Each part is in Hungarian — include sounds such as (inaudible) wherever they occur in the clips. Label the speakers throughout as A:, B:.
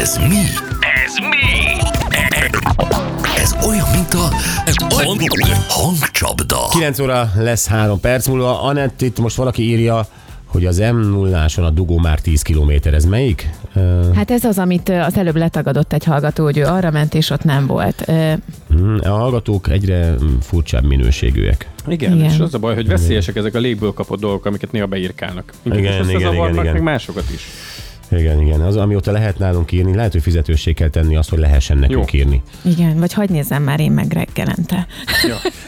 A: Ez mi?
B: Ez mi?
A: Ez olyan, mint a hangcsapda.
C: 9 óra lesz 3 perc múlva. Anett, itt most valaki írja, hogy az m 0 a dugó már 10 km. Ez melyik? Ö,
D: Hát ez az, amit ö, az előbb letagadott egy hallgató, hogy ő arra ment, és ott nem volt. Ö,
C: hm, A hallgatók egyre mm, furcsább minőségűek.
E: Hát Igen,
D: Igen.
E: és az a baj, hogy veszélyesek ezek a légből kapott dolgok, amiket néha beírkálnak. Minket
C: Igen,
E: is
C: igen,
E: összezavarnak,
C: igen, igen.
E: meg másokat is.
C: Igen, igen. Az, amióta lehet nálunk írni, lehet, hogy fizetősség kell tenni azt, hogy lehessen nekünk
E: Jó.
C: írni.
D: igen, vagy hagyj nézzem már én meg reggelente.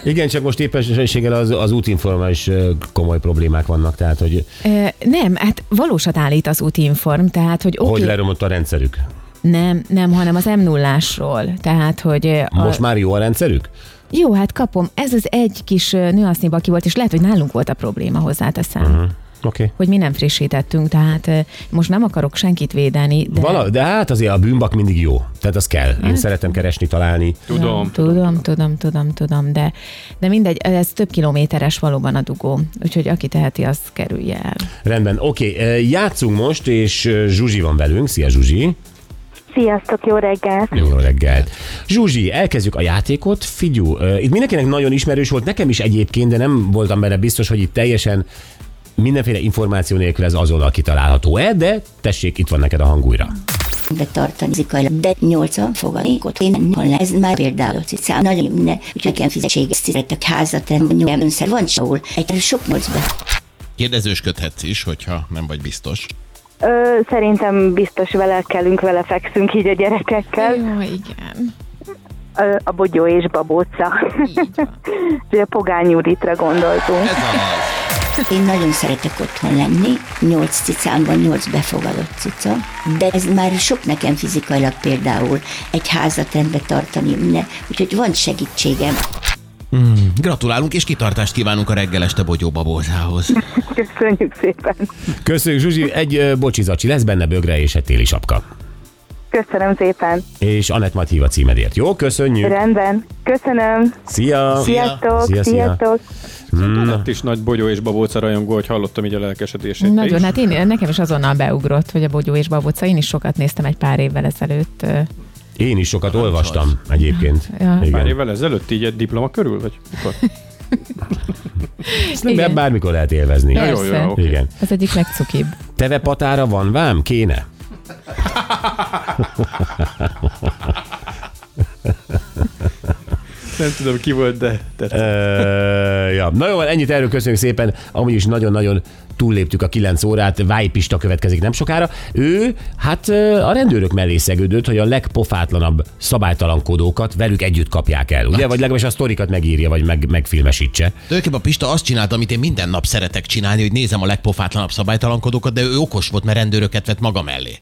C: Igen, csak most éppenséggel az, az útinforma is ö, komoly problémák vannak, tehát hogy
D: Ö, nem, hát valósat állít az útinform, tehát, hogy
C: okay.
D: oké,
C: hogy
D: okay,
C: leromlott a rendszerük.
D: nem, nem, hanem az m 0 Tehát, hogy ö, a,
C: Most már jó a rendszerük?
D: Jó, hát kapom. Ez az egy kis ö, nüansznyi baki volt, és lehet, hogy nálunk volt a probléma, hozzáteszem.
C: Mhm.
D: Uh-huh.
C: Oké. Okay.
D: Hogy mi nem frissítettünk, tehát ö, most nem akarok senkit védeni,
C: De...
D: de...
C: Vala, de hát azért a bűnbak mindig jó. Tehát az kell. Én szeretem keresni, találni.
E: Tudom.
D: Tudom, tudom, tudom, tudom, de, de mindegy, ez több kilométeres valóban a dugó, úgyhogy aki teheti, az kerülje el.
C: Rendben, oké. Okay. Játszunk most, és ö, Zsuzsi van velünk. Szia Zsuzsi!
F: Sziasztok, jó reggelt!
C: Jó reggelt! Zsuzsi, elkezdjük a játékot. Figyú, ö, itt mindenkinek nagyon ismerős volt, nekem is egyébként, de nem voltam benne biztos, hogy itt teljesen mindenféle információ nélkül ez azonnal kitalálható-e, de tessék, itt van neked a hang újra.
G: betartani a de 80 fogadékot én hallom. Ez már például cicám nagyon ne, úgyhogy nekem fizetséges szeretek házat, nem önszer van sehol, egy sok nyolcba.
H: Kérdezősködhetsz is, hogyha nem vagy biztos.
F: Ö, szerintem biztos vele kelünk, vele fekszünk így a gyerekekkel.
D: Jó, igen.
F: Ö, a bogyó és babóca. (laughs) Ugye a Pogány Juditra gondoltunk.
H: Ez az.
G: Én nagyon szeretek otthon lenni, 8 cicám van, 8 befogadott cica, de ez már sok nekem fizikailag például egy házat rendbe tartani, ne, úgyhogy van segítségem.
H: Gratulálunk és kitartást kívánunk a reggel este Bogyó Babózához.
F: Köszönjük szépen.
C: Köszönjük Zsuzsi, egy ö, bocsizacsi lesz benne bögre és egy téli sapka.
F: Köszönöm szépen.
C: És Anett majd hív a címedért. Jó, köszönjük!
F: Rendben. Köszönöm.
C: Szia!
F: Sziasztok.
C: Szia, szia.
F: Sziasztok.
E: Hát Ott is nagy bogyó és babóca rajongó, hogy hallottam így a lelkesedését. te
D: Nagyon,
E: is.
D: hát én, nekem is azonnal beugrott, hogy a Bogyó és Baboca, én is sokat néztem egy pár évvel ezelőtt. ö,
C: Én is sokat olvastam egyébként.
D: Ja.
E: Pár
C: Igen.
E: évvel ezelőtt így egy diploma körül, vagy mikor?
C: Ezt nem
D: Igen.
C: bármikor lehet élvezni.
E: Ja, jó, jó,
D: Persze.
E: jó, oké.
C: Igen.
D: Az egyik legcukibb.
C: Tevepatára van vám? Kéne?
E: Nem tudom ki volt, de
C: Ö,
E: tetszett.
C: ja. Na jó, van, ennyit erről köszönjük szépen. Amúgy is nagyon-nagyon túlléptük a 9 órát, Vájpista következik nem sokára. Ő hát ö, a rendőrök mellé szegődött, hogy a legpofátlanabb szabálytalankodókat velük együtt kapják el, ugye? Vagy legalábbis a sztorikat megírja, vagy meg, megfilmesítse.
H: Tulajdonképpen a Pista azt csinálta, amit én minden nap szeretek csinálni, hogy nézem a legpofátlanabb szabálytalankodókat, de ő okos volt, mert rendőröket vett maga mellé.